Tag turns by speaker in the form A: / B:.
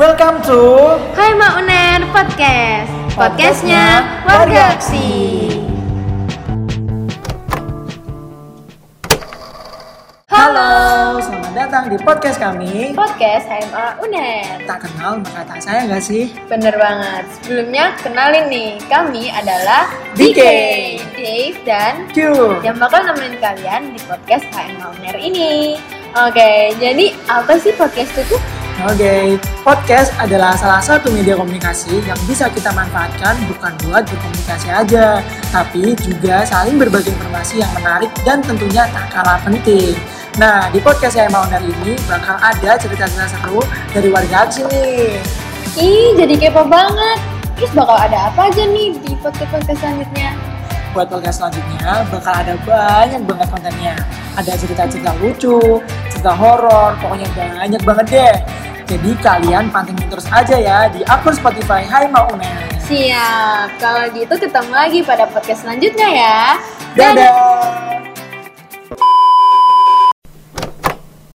A: Welcome to
B: Hai Mak Uner Podcast Podcastnya Warga Aksi Halo
A: selamat datang di podcast kami.
B: Podcast HMA Uner
A: Tak kenal maka tak sayang gak sih?
B: Bener banget Sebelumnya kenalin nih Kami adalah
A: DK,
B: Dave dan
A: Q.
B: Yang bakal nemenin kalian di podcast HMA Uner ini Oke, jadi apa sih podcast itu?
A: Oke, podcast adalah salah satu media komunikasi yang bisa kita manfaatkan bukan buat berkomunikasi aja, tapi juga saling berbagi informasi yang menarik dan tentunya tak kalah penting. Nah, di podcast saya mau dari ini bakal ada cerita-cerita seru dari warga Aksi nih.
B: Ih, jadi kepo banget Terus bakal ada apa aja nih di podcast-podcast selanjutnya?
A: Buat podcast selanjutnya bakal ada banyak banget kontennya. Ada cerita-cerita lucu, cerita horor, pokoknya banyak banget deh. Jadi kalian pantengin terus aja ya di akun Spotify Hai Mau Unes.
B: Siap, kalau gitu ketemu lagi pada podcast selanjutnya ya.
A: Dadah!